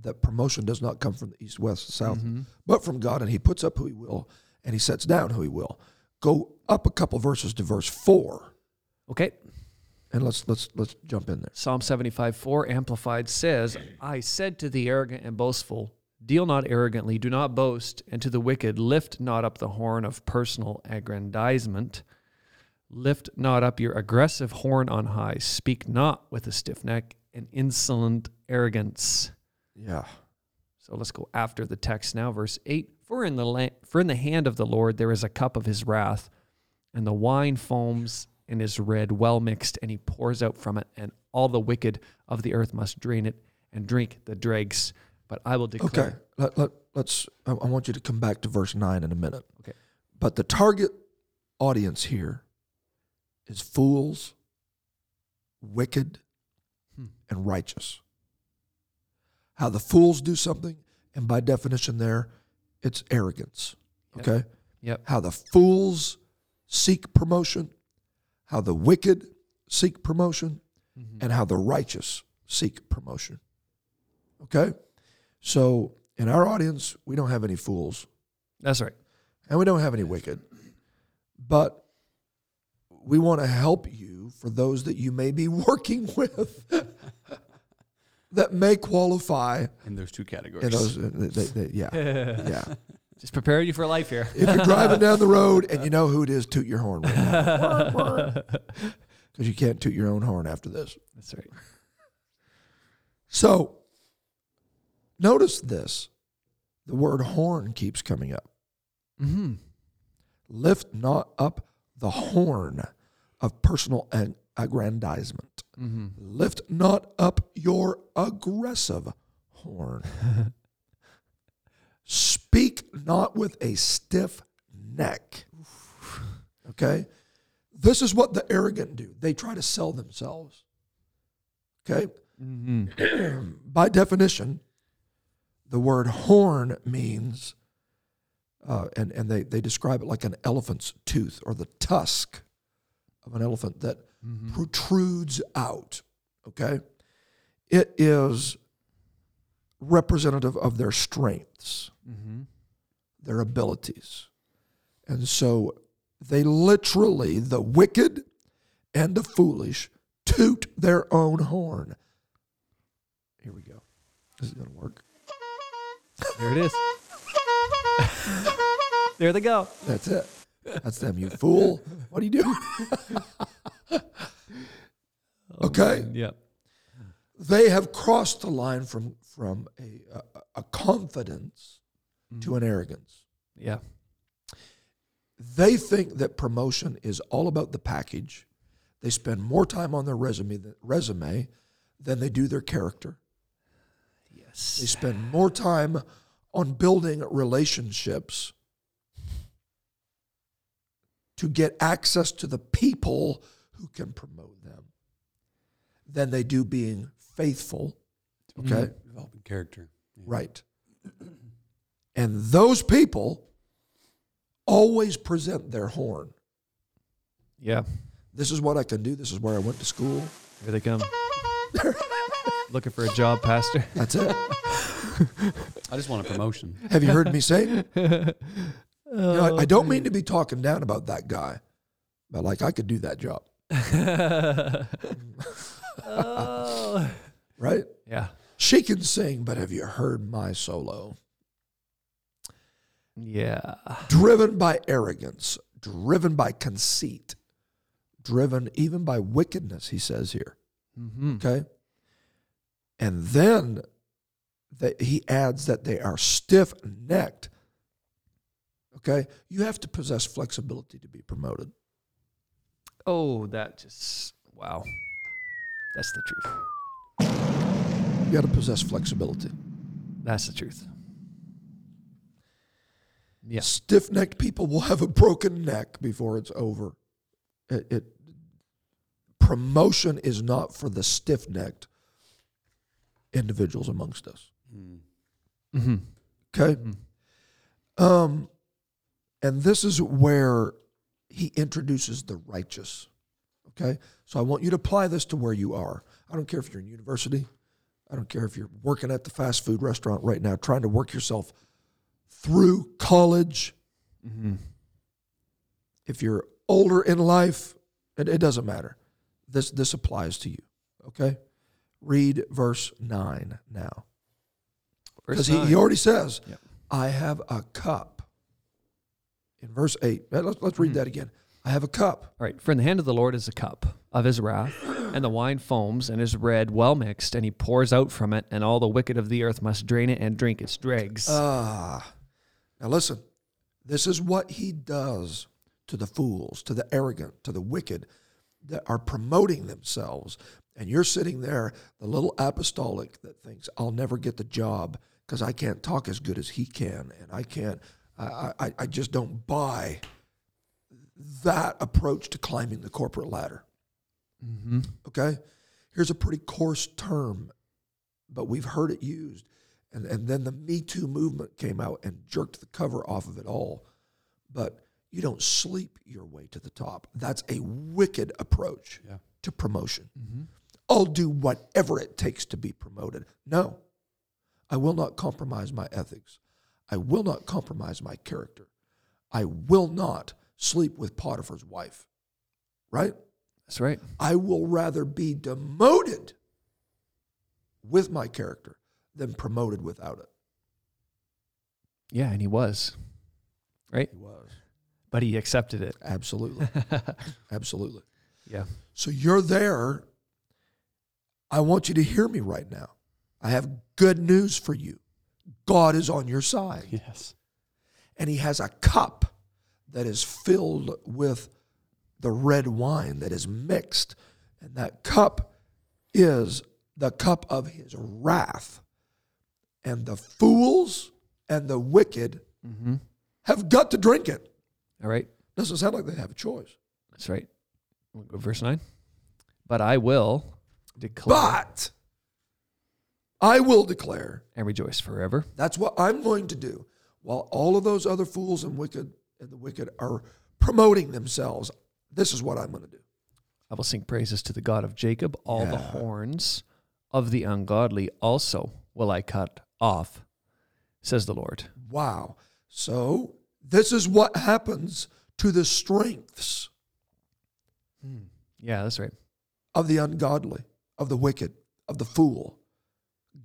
That promotion does not come from the east, west, south, Mm-hmm. but from God, and He puts up who He will, and He sets down who He will. Go up a couple verses to verse four, okay. and let's let's let's jump in there. Psalm 75 4 Amplified says, I said to the arrogant and boastful, Deal not arrogantly, do not boast, and to the wicked, lift not up the horn of personal aggrandizement. Lift not up your aggressive horn on high. Speak not with a stiff neck and insolent arrogance. Yeah. So let's go after the text now, verse eight. For in the la- for in the hand of the Lord there is a cup of His wrath, and the wine foams and is red, well mixed, and He pours out from it, and all the wicked of the earth must drain it and drink the dregs. But I will declare. Okay. Let, let let's. I, I want you to come back to verse nine in a minute. Okay. But the target audience here is fools, wicked, and righteous. How the fools do something, and by definition, there, it's arrogance. Okay? Yep. How the fools seek promotion, how the wicked seek promotion, and how the righteous seek promotion. Okay? So, in our audience, we don't have any fools That's right. and we don't have any wicked, but we want to help you for those that you may be (laughs) working with that may qualify. And there's two categories. In those, they, they- yeah, yeah. Just prepare you for life here. If you're driving down the road and you know who it is, toot your horn because (laughs) you can't toot your own horn after this. That's right. So, notice this: the word "horn" keeps coming up. Mm-hmm. lift not up the horn of personal ag- aggrandizement. Lift not up your aggressive horn. not with a stiff neck. Okay? This is what the arrogant do. They try to sell themselves. Okay? By definition, the word horn means, uh, and, and they, they describe it like an elephant's tooth or the tusk of an elephant that protrudes out. Okay? It is representative of their strengths, their abilities. And so they literally, the wicked and the foolish, toot their own horn. Here we go. This is going to work. There it is. (laughs) there they go. That's it. That's them, you fool. What do you do? okay. Yep. they have crossed the line from from a a, a confidence to an arrogance. Yeah. They think that promotion is all about the package. They spend more time on their resume resume than they do their character. Yes. They spend more time on building relationships to get access to the people who can promote them than they do being faithful. Okay. Developing character. Right. And those people always present their horn. Yeah. This is what I can do. This is where I went to school. (laughs) Here they come. Looking for a job, Pastor. (laughs) That's it. I just want a promotion. (laughs) Have you heard me say? it? You know, I, I don't mean to be talking down about that guy, but like I could do that job, (laughs) oh. right? Yeah. She can sing, but have you heard my solo? Yeah. Driven by arrogance, driven by conceit, driven even by wickedness, he says here. Mm-hmm. Okay. And then that he adds that they are stiff necked. Okay. You have to possess flexibility to be promoted. Oh, that just wow. That's the truth. You got to possess flexibility. That's the truth. Yeah. Stiff necked people will have a broken neck before it's over. It, it Promotion is not for the stiff necked individuals amongst us. Mm-hmm. Okay. Um, and this is where he introduces the righteous. Okay. So I want you to apply this to where you are. I don't care if you're in university. I don't care if you're working at the fast food restaurant right now, trying to work yourself through college. If you're older in life, it, it doesn't matter. This this applies to you. Okay. Read verse nine now. Because he, he already says, I have a cup. In verse 8, let- let's, let's read that again. I have a cup. All right. For in the hand of the Lord is a cup of his wrath, and the wine foams and is red, well mixed, and he pours out from it, and all the wicked of the earth must drain it and drink its dregs. Ah. Now listen, this is what he does to the fools, to the arrogant, to the wicked that are promoting themselves. And you're sitting there, the little apostolic that thinks, I'll never get the job because I can't talk as good as he can. And I can't, I, I, I just don't buy that approach to climbing the corporate ladder. mm-hmm. okay? Here's a pretty coarse term, but we've heard it used. And, and then the Me Too movement came out and jerked the cover off of it all. But you don't sleep your way to the top. That's a wicked approach Yeah. to promotion. I'll do whatever it takes to be promoted. No, I will not compromise my ethics. I will not compromise my character. I will not sleep with Potiphar's wife, right? That's right. I will rather be demoted with my character than promoted without it. Yeah, and he was. Right? He was. But he accepted it. (laughs) Absolutely. Absolutely. Yeah. So you're there. I want you to hear me right now. I have good news for you. God is on your side. Yes. and he has a cup that is filled with the red wine that is mixed. And that cup is the cup of his wrath. And the fools and the wicked have got to drink it. All right. Doesn't sound like they have a choice. That's right. We'll go verse 9. But I will declare But I will declare. and rejoice forever. That's what I'm going to do. While all of those other fools and wicked and the wicked are promoting themselves, this is what I'm going to do. I will sing praises to the God of Jacob. All the horns of the ungodly also will I cut off, says the Lord. Wow. So this is what happens to the strengths Yeah, that's right. of the ungodly, of the wicked, of the fool.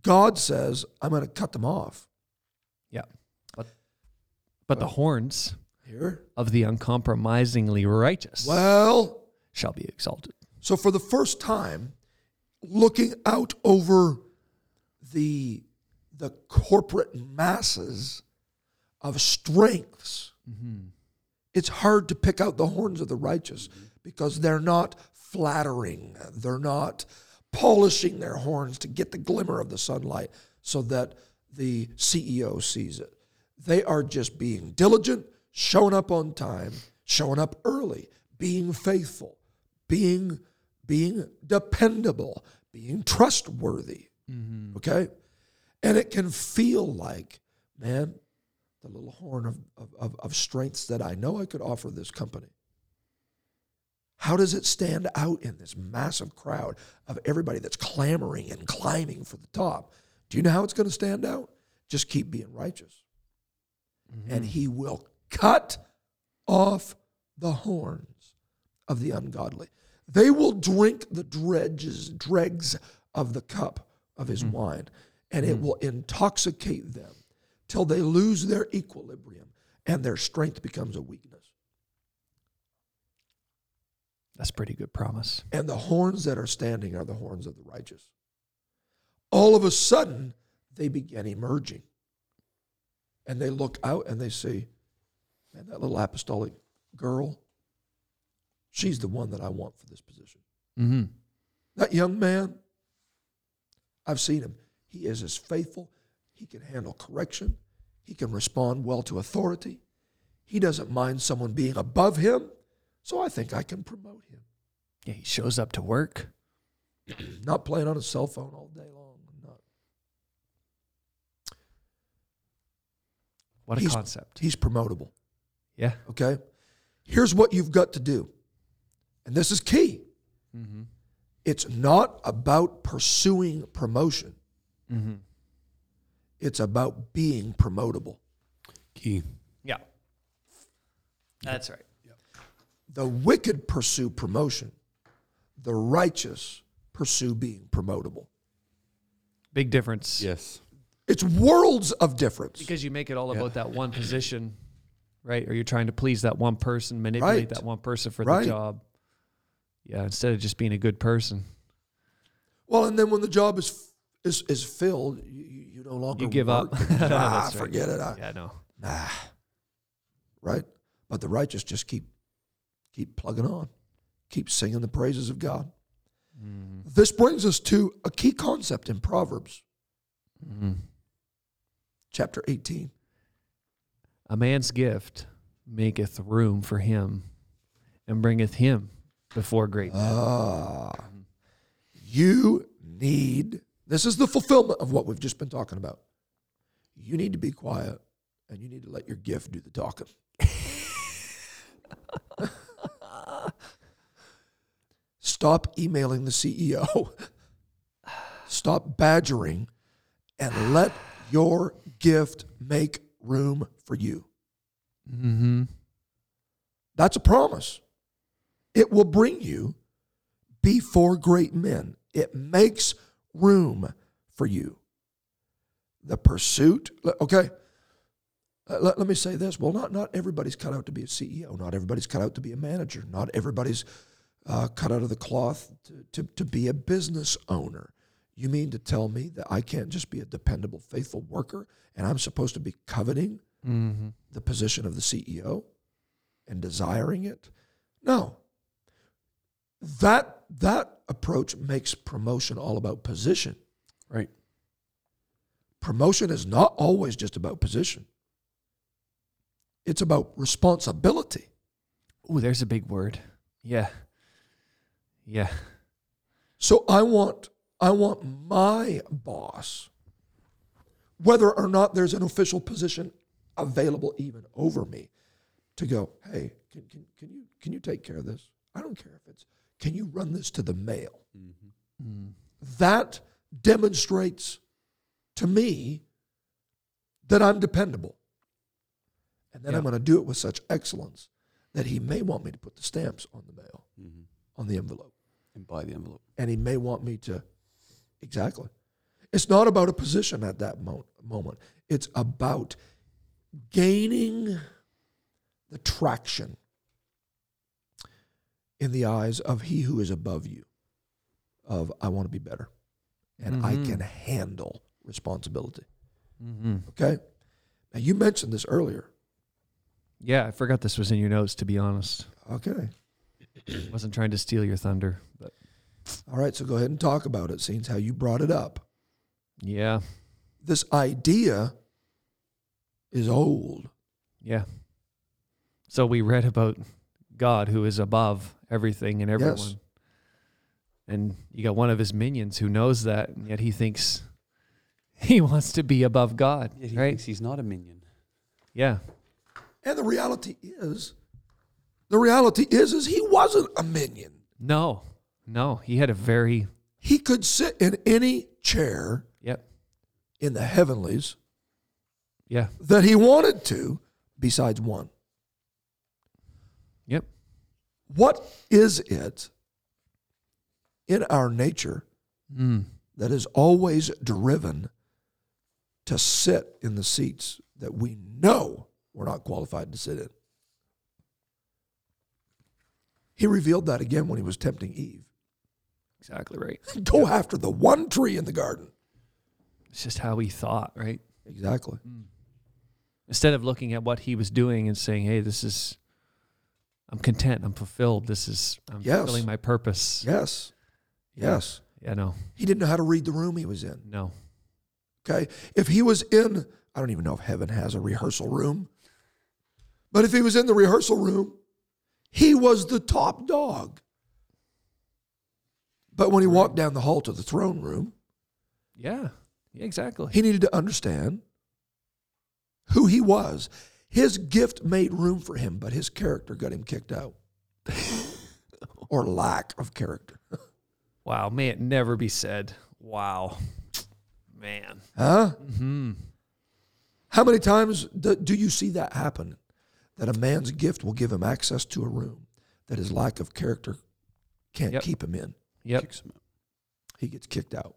God says, I'm going to cut them off. Yeah. But but the horns Here? of the uncompromisingly righteous Well, shall be exalted. So, for the first time, looking out over the the corporate masses of strengths, it's hard to pick out the horns of the righteous because they're not flattering. They're not polishing their horns to get the glimmer of the sunlight so that the CEO sees it. They are just being diligent, showing up on time, showing up early, being faithful, being being dependable, being trustworthy. Okay? And it can feel like, man, the little horn of, of, of, of strengths that I know I could offer this company. How does it stand out in this massive crowd of everybody that's clamoring and climbing for the top? Do you know how it's going to stand out? Just keep being righteous. And he will cut off the horns of the ungodly. They will drink the dredges, dregs of the cup of his wine, and it will intoxicate them till they lose their equilibrium and their strength becomes a weakness. That's pretty good promise. And the horns that are standing are the horns of the righteous. All of a sudden, they begin emerging. And they look out and they see, man, that little apostolic girl, she's the one that I want for this position. Mm-hmm. That young man, I've seen him. He is as faithful. He can handle correction. He can respond well to authority. He doesn't mind someone being above him. So I think I can promote him. Yeah, he shows up to work. Not playing on his cell phone all day long. Not. What a He's- concept. He's promotable. Yeah. Okay. Here's what you've got to do. And this is key. It's not about pursuing promotion. It's about being promotable. Key. Yeah. That's right. The wicked pursue promotion. The righteous pursue being promotable. Big difference. Yes. It's worlds of difference. Because you make it all about that one position, right? Or you're trying to please that one person, manipulate Right. that one person for Right. the job. Yeah, instead of just being a good person, well, and then when the job is is, is filled, you- you, you no longer you give work. (laughs) up. ah, That's right. forget it. I- Yeah, no. Nah. Right? But the righteous just keep keep plugging on. Keep singing the praises of God. Mm-hmm. This brings us to a key concept in Proverbs Mm-hmm. chapter 18. A man's gift maketh room for him and bringeth him before great men. Ah. You need this is the fulfillment of what we've just been talking about. You need to be quiet and you need to let your gift do the talking. (laughs) Stop emailing the CEO. Stop badgering and let your gift make room for you. Mm-hmm. That's a promise. It will bring you before great men. It makes room for you. The pursuit, le- okay. Uh, Let, let me say this. Well, not, not everybody's cut out to be a CEO. Not everybody's cut out to be a manager. Not everybody's uh, cut out of the cloth to, to, to be a business owner. You mean to tell me that I can't just be a dependable, faithful worker and I'm supposed to be coveting the position of the E CEO? and desiring it. No. That that approach makes promotion all about position. Right. Promotion is not always just about position. It's about responsibility. mm-hmm. Oh, there's a big word. Yeah. Yeah. So I want I want my boss, whether or not there's an official position available even over me, to go, hey, can, can, can you can you take care of this? I don't care if it's can you run this to the mail? That demonstrates to me that I'm dependable. And then I'm Yeah. going to do it with such excellence that he may want me to put the stamps on the mail, on the envelope and buy the envelope. and he may want me to. Exactly. It's not about a position at that mo- moment. It's about gaining the traction in the eyes of he who is above you. Of I want to be better, and I can handle responsibility. Okay. Now you mentioned this earlier. Yeah, I forgot this was in your notes, to be honest. Okay. Wasn't trying to steal your thunder, but All right. So go ahead and talk about it. Seems how you brought it up. yeah. This idea is old. Yeah. So we read about God who is above everything and everyone. And you got one of his minions who knows that, and yet he thinks (laughs) he wants to be above God, Yet he right? thinks he's not a minion. Yeah. And the reality is, the reality is, is he wasn't a minion. No, no. He had a very, He could sit in any chair yep, in the heavenlies yeah, that he wanted to, besides one. yep. What is it in our nature Mm. that is always driven to sit in the seats that we know we're not qualified to sit in? He revealed that again when he was tempting Eve. Exactly right. Go after the one tree in the garden. It's just how he thought, right? Exactly. Instead of looking at what he was doing and saying, hey, this is, I'm content, I'm fulfilled, this is, I'm Yes. fulfilling my purpose. Yes. Yes. Yeah, no, He didn't know how to read the room he was in. no. Okay. If he was in, I don't even know if heaven has a rehearsal room, but if he was in the rehearsal room, he was the top dog. But when he walked down the hall to the throne room, Yeah. Yeah, exactly. he needed to understand who he was. His gift made room for him, but his character got him kicked out (laughs) or lack of character. Wow, may it never be said. Wow. Man. Huh? How many times do, do you see that happen? That a man's gift will give him access to a room that his lack of character can't Yep. keep him in. Yep. Kicks him out. He gets kicked out.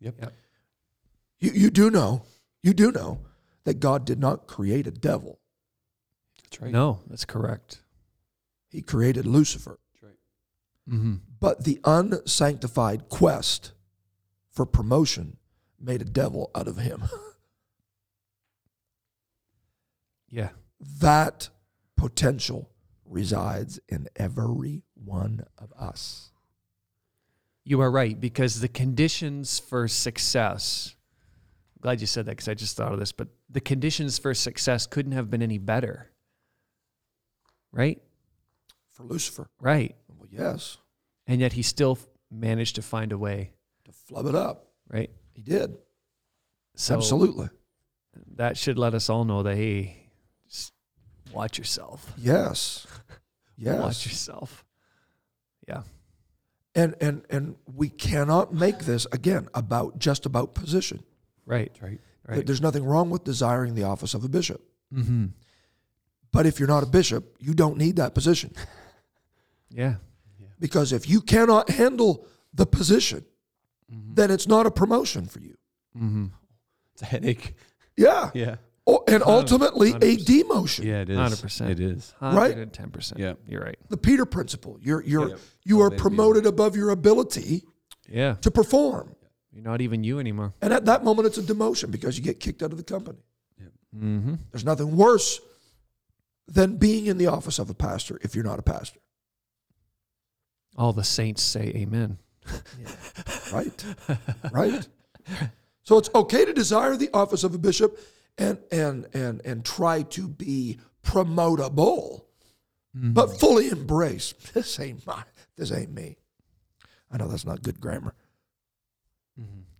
Yep. Yep. You, you do know, you do know that God did not create a devil. That's right. No, that's correct. He created Lucifer. That's right. Mm-hmm. But the unsanctified quest for promotion made a devil out of him. (laughs) Yeah. that potential resides in every one of us. You are right because the conditions for success. Glad you said that because I just thought of this, but the conditions for success couldn't have been any better. Right? For Lucifer. Right. Well, yes, And yet he still managed to find a way, to flub it up. right? He did. So Absolutely. that should let us all know that hey, just watch yourself. (laughs) Yes. Watch Yes. yourself. Yeah. And and and we cannot make this again about just about position. Right. That's right. Right. There's nothing wrong with desiring the office of a bishop. Mm-hmm. But if you're not a bishop, you don't need that position. Yeah. Because if you cannot handle the position, Mm-hmm. then it's not a promotion for you. It's a headache. (laughs) Yeah. Yeah. Oh, and ultimately a 100%. demotion. Yeah, it is. 100%. It is. Right? 110%. Yeah. You're right. The Peter principle. You're you're Yep. Oh, you are Elevated view. promoted above your ability Yeah. to perform. You're not even you anymore. And at that moment, it's a demotion because you get kicked out of the company. Mm-hmm. There's nothing worse than being in the office of a pastor if you're not a pastor, All the saints say amen. right? right? So it's okay to desire the office of a bishop and and and and try to be promotable, but fully embrace (laughs) this ain't my this ain't me. I know that's not good grammar.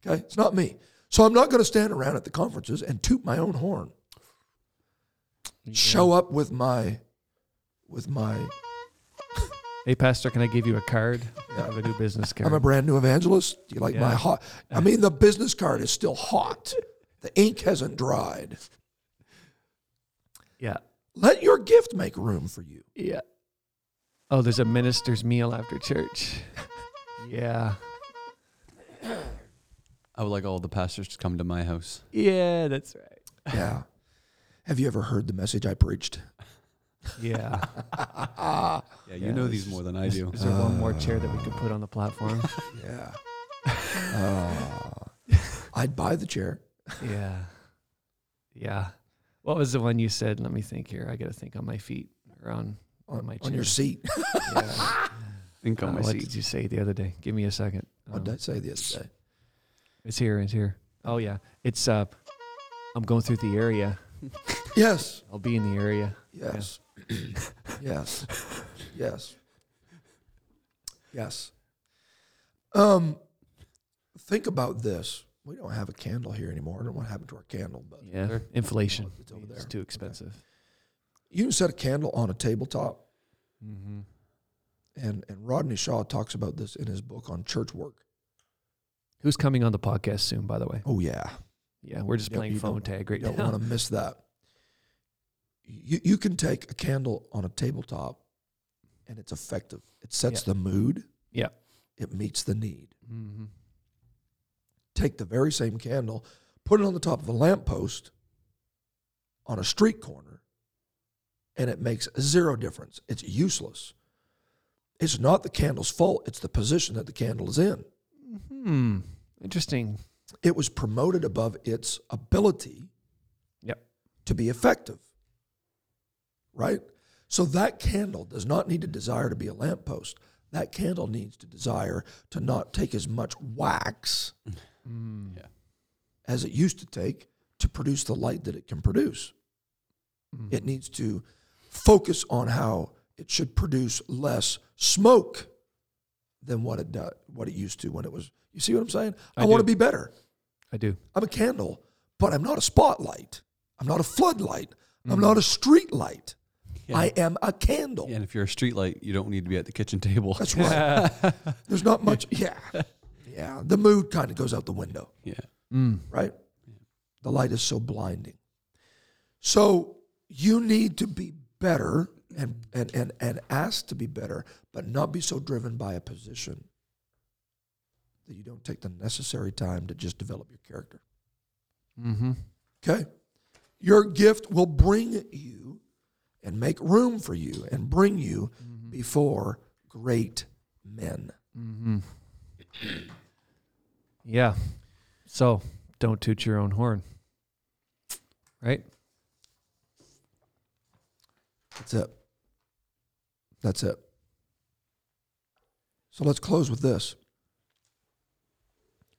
Okay, it's not me. So I'm not going to stand around at the conferences and toot my own horn. Show up with my with my Hey, Pastor, can I give you a card? I have a new business card. I'm a brand new evangelist. Do you like my Yeah. hot? I mean, the business card is still hot. The ink hasn't dried. yeah. Let your gift make room for you. Yeah. Oh, there's a minister's meal after church. yeah. I would like all the pastors to come to my house. Yeah, that's right. (laughs) Yeah. Have you ever heard the message I preached? Yeah. Yeah, you know these more than I (laughs) do. Is there one more chair that we could put on the platform? Yeah. Uh, I'd buy the chair. yeah. Yeah. What was the one you said? Let me think here. I got to think on my feet or on, on my chair. On (laughs) your seat. Yeah. Think Uh, on my what seat. did you say the other day? Give me a second. What did I Oh, say the other day? It's here. It's here. Oh, yeah. It's, uh, I'm going through the area. Yes. I'll be in the area. Yes. (clears throat) yes. Yes. Yes. Um, think about this. We don't have a candle here anymore. I don't know what happened to our candle, but Yeah. Inflation. It's over It's there. too expensive. you can set a candle on a tabletop. Mm-hmm. And and Rodney Shaw talks about this in his book on church work. Who's coming on the podcast soon, by the way? Oh yeah. Yeah, we're just Yeah, playing you phone don't- tag right You don't now. want to miss that. You you can take a candle on a tabletop and it's effective. It sets the mood, Yeah. it meets the need. Mm-hmm. Take the very same candle, put it on the top of a lamppost on a street corner, and it makes zero difference. It's useless. It's not the candle's fault, it's the position that the candle is in. Hmm. Interesting. It was promoted above its ability Yep. to be effective. Right? So that candle does not need to desire to be a lamppost. That candle needs to desire to not take as much wax Yeah. as it used to take to produce the light that it can produce. It needs to focus on how it should produce less smoke than what it does, what it used to when it was. You see what I'm saying? I, I want to do. be better. I do. I'm a candle, but I'm not a spotlight. I'm not a floodlight. I'm not a street light. I am a candle. Yeah, and if you're a streetlight, you don't need to be at the kitchen table. That's right. There's not much. Yeah. Yeah. The mood kind of goes out the window, (laughs) yeah. right? The light is so blinding. So you need to be better and, and, and, and ask to be better, but not be so driven by a position that you don't take the necessary time to just develop your character. Mm-hmm. Okay. Your gift will bring you and make room for you and bring you before great men. Mm-hmm. Yeah. So don't toot your own horn. Right? That's it. That's it. So let's close with this.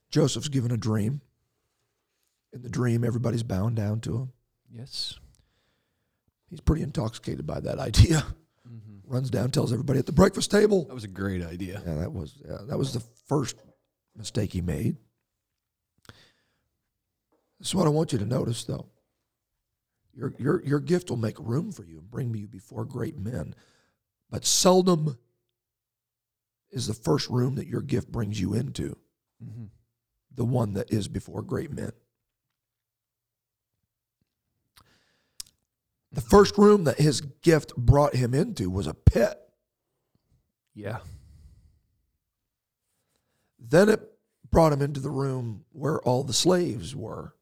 Joseph's given a dream. In the dream, everybody's bowing down to him. Yes. He's pretty intoxicated by that idea. Runs down, tells everybody at the breakfast table. That was a great idea. Yeah, that was yeah, that was the first mistake he made. This is what I want you to notice, though. Your your your gift will make room for you and bring you before great men, but seldom is the first room that your gift brings you into Mm-hmm. the one that is before great men. The first room that his gift brought him into was a pit. Yeah. Then it brought him into the room where all the slaves were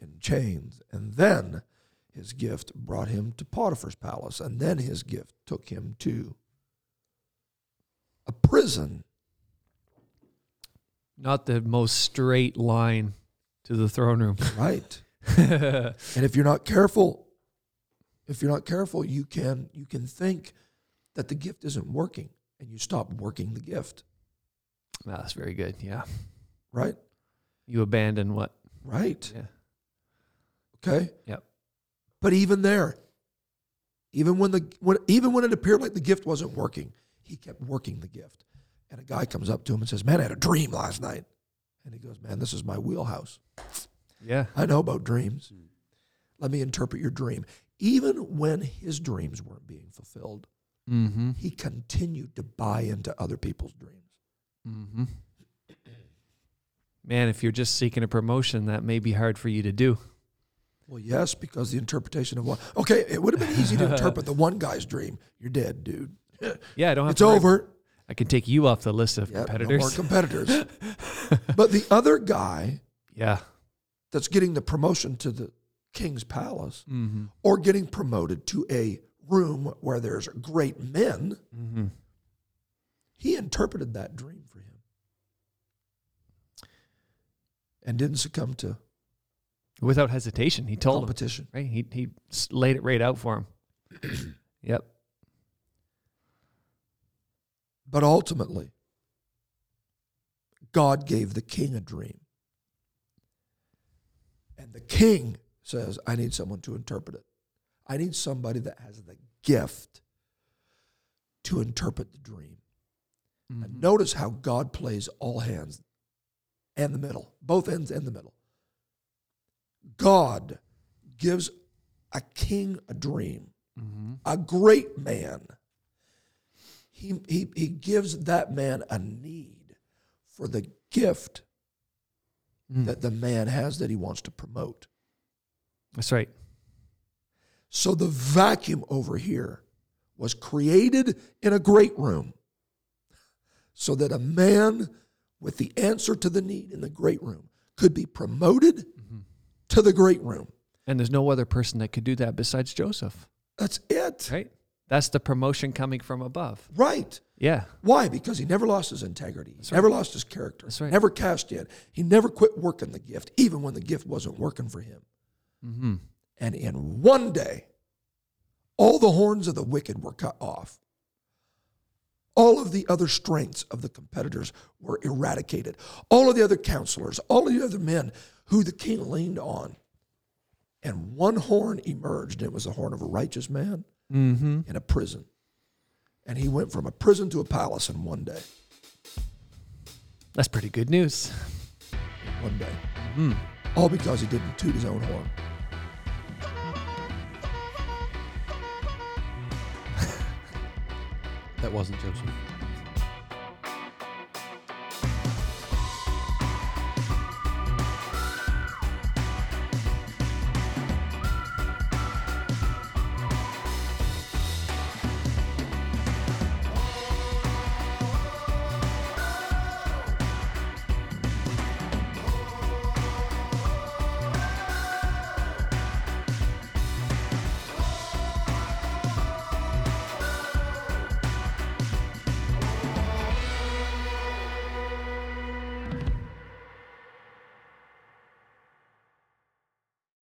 in chains. And then his gift brought him to Potiphar's palace. And then his gift took him to a prison. Not the most straight line to the throne room. (laughs) Right. and if you're not careful, if you're not careful, you can you can think that the gift isn't working and you stop working the gift, No, that's very good. Yeah. right? You abandon what? Right. Yeah. Okay. Yep. But even there, even when the when, even when it appeared like the gift wasn't working, he kept working the gift. And a guy comes up to him and says, "Man, I had a dream last night." And he goes, "Man, this is my wheelhouse. Yeah. I know about dreams. Let me interpret your dream." Even when his dreams weren't being fulfilled, Mm-hmm. he continued to buy into other people's dreams. Mm-hmm. Man, if you're just seeking a promotion, that may be hard for you to do. Well, yes, because the interpretation of one. Okay, it would have been easy to interpret the one guy's dream. You're dead, dude. Yeah, I don't have It's to worry- over. I can take you off the list of Yeah, No more competitors. (laughs) competitors. (laughs) but the other guy (laughs) yeah. that's getting the promotion to the king's palace Mm-hmm. or getting promoted to a room where there's great men, Mm-hmm. he interpreted that dream for him and didn't succumb to Without hesitation, he told him. competition. Right? He he s- laid it right out for him. (coughs) yep. But ultimately, God gave the king a dream. And the king says, I need someone to interpret it. I need somebody that has the gift to interpret the dream. And notice how God plays all hands and the middle, both ends and the middle. God gives a king a dream, Mm-hmm. a great man. He, he, he gives that man a need for the gift that the man has that he wants to promote. That's right. So the vacuum over here was created in a great room so that a man with the answer to the need in the great room could be promoted to the great room. And there's no other person that could do that besides Joseph. That's it. Right? That's the promotion coming from above. Right. Yeah. Why? Because he never lost his integrity. He never lost his character. That's right. Never cashed in. He never quit working the gift, even when the gift wasn't working for him. Mm-hmm. And in one day, all the horns of the wicked were cut off. All of the other strengths of the competitors were eradicated. All of the other counselors, all of the other men who the king leaned on. And one horn emerged, and it was the horn of a righteous man Mm-hmm. in a prison. And he went from a prison to a palace in one day. That's pretty good news. one day. All because he didn't toot his own horn. That wasn't Joseph.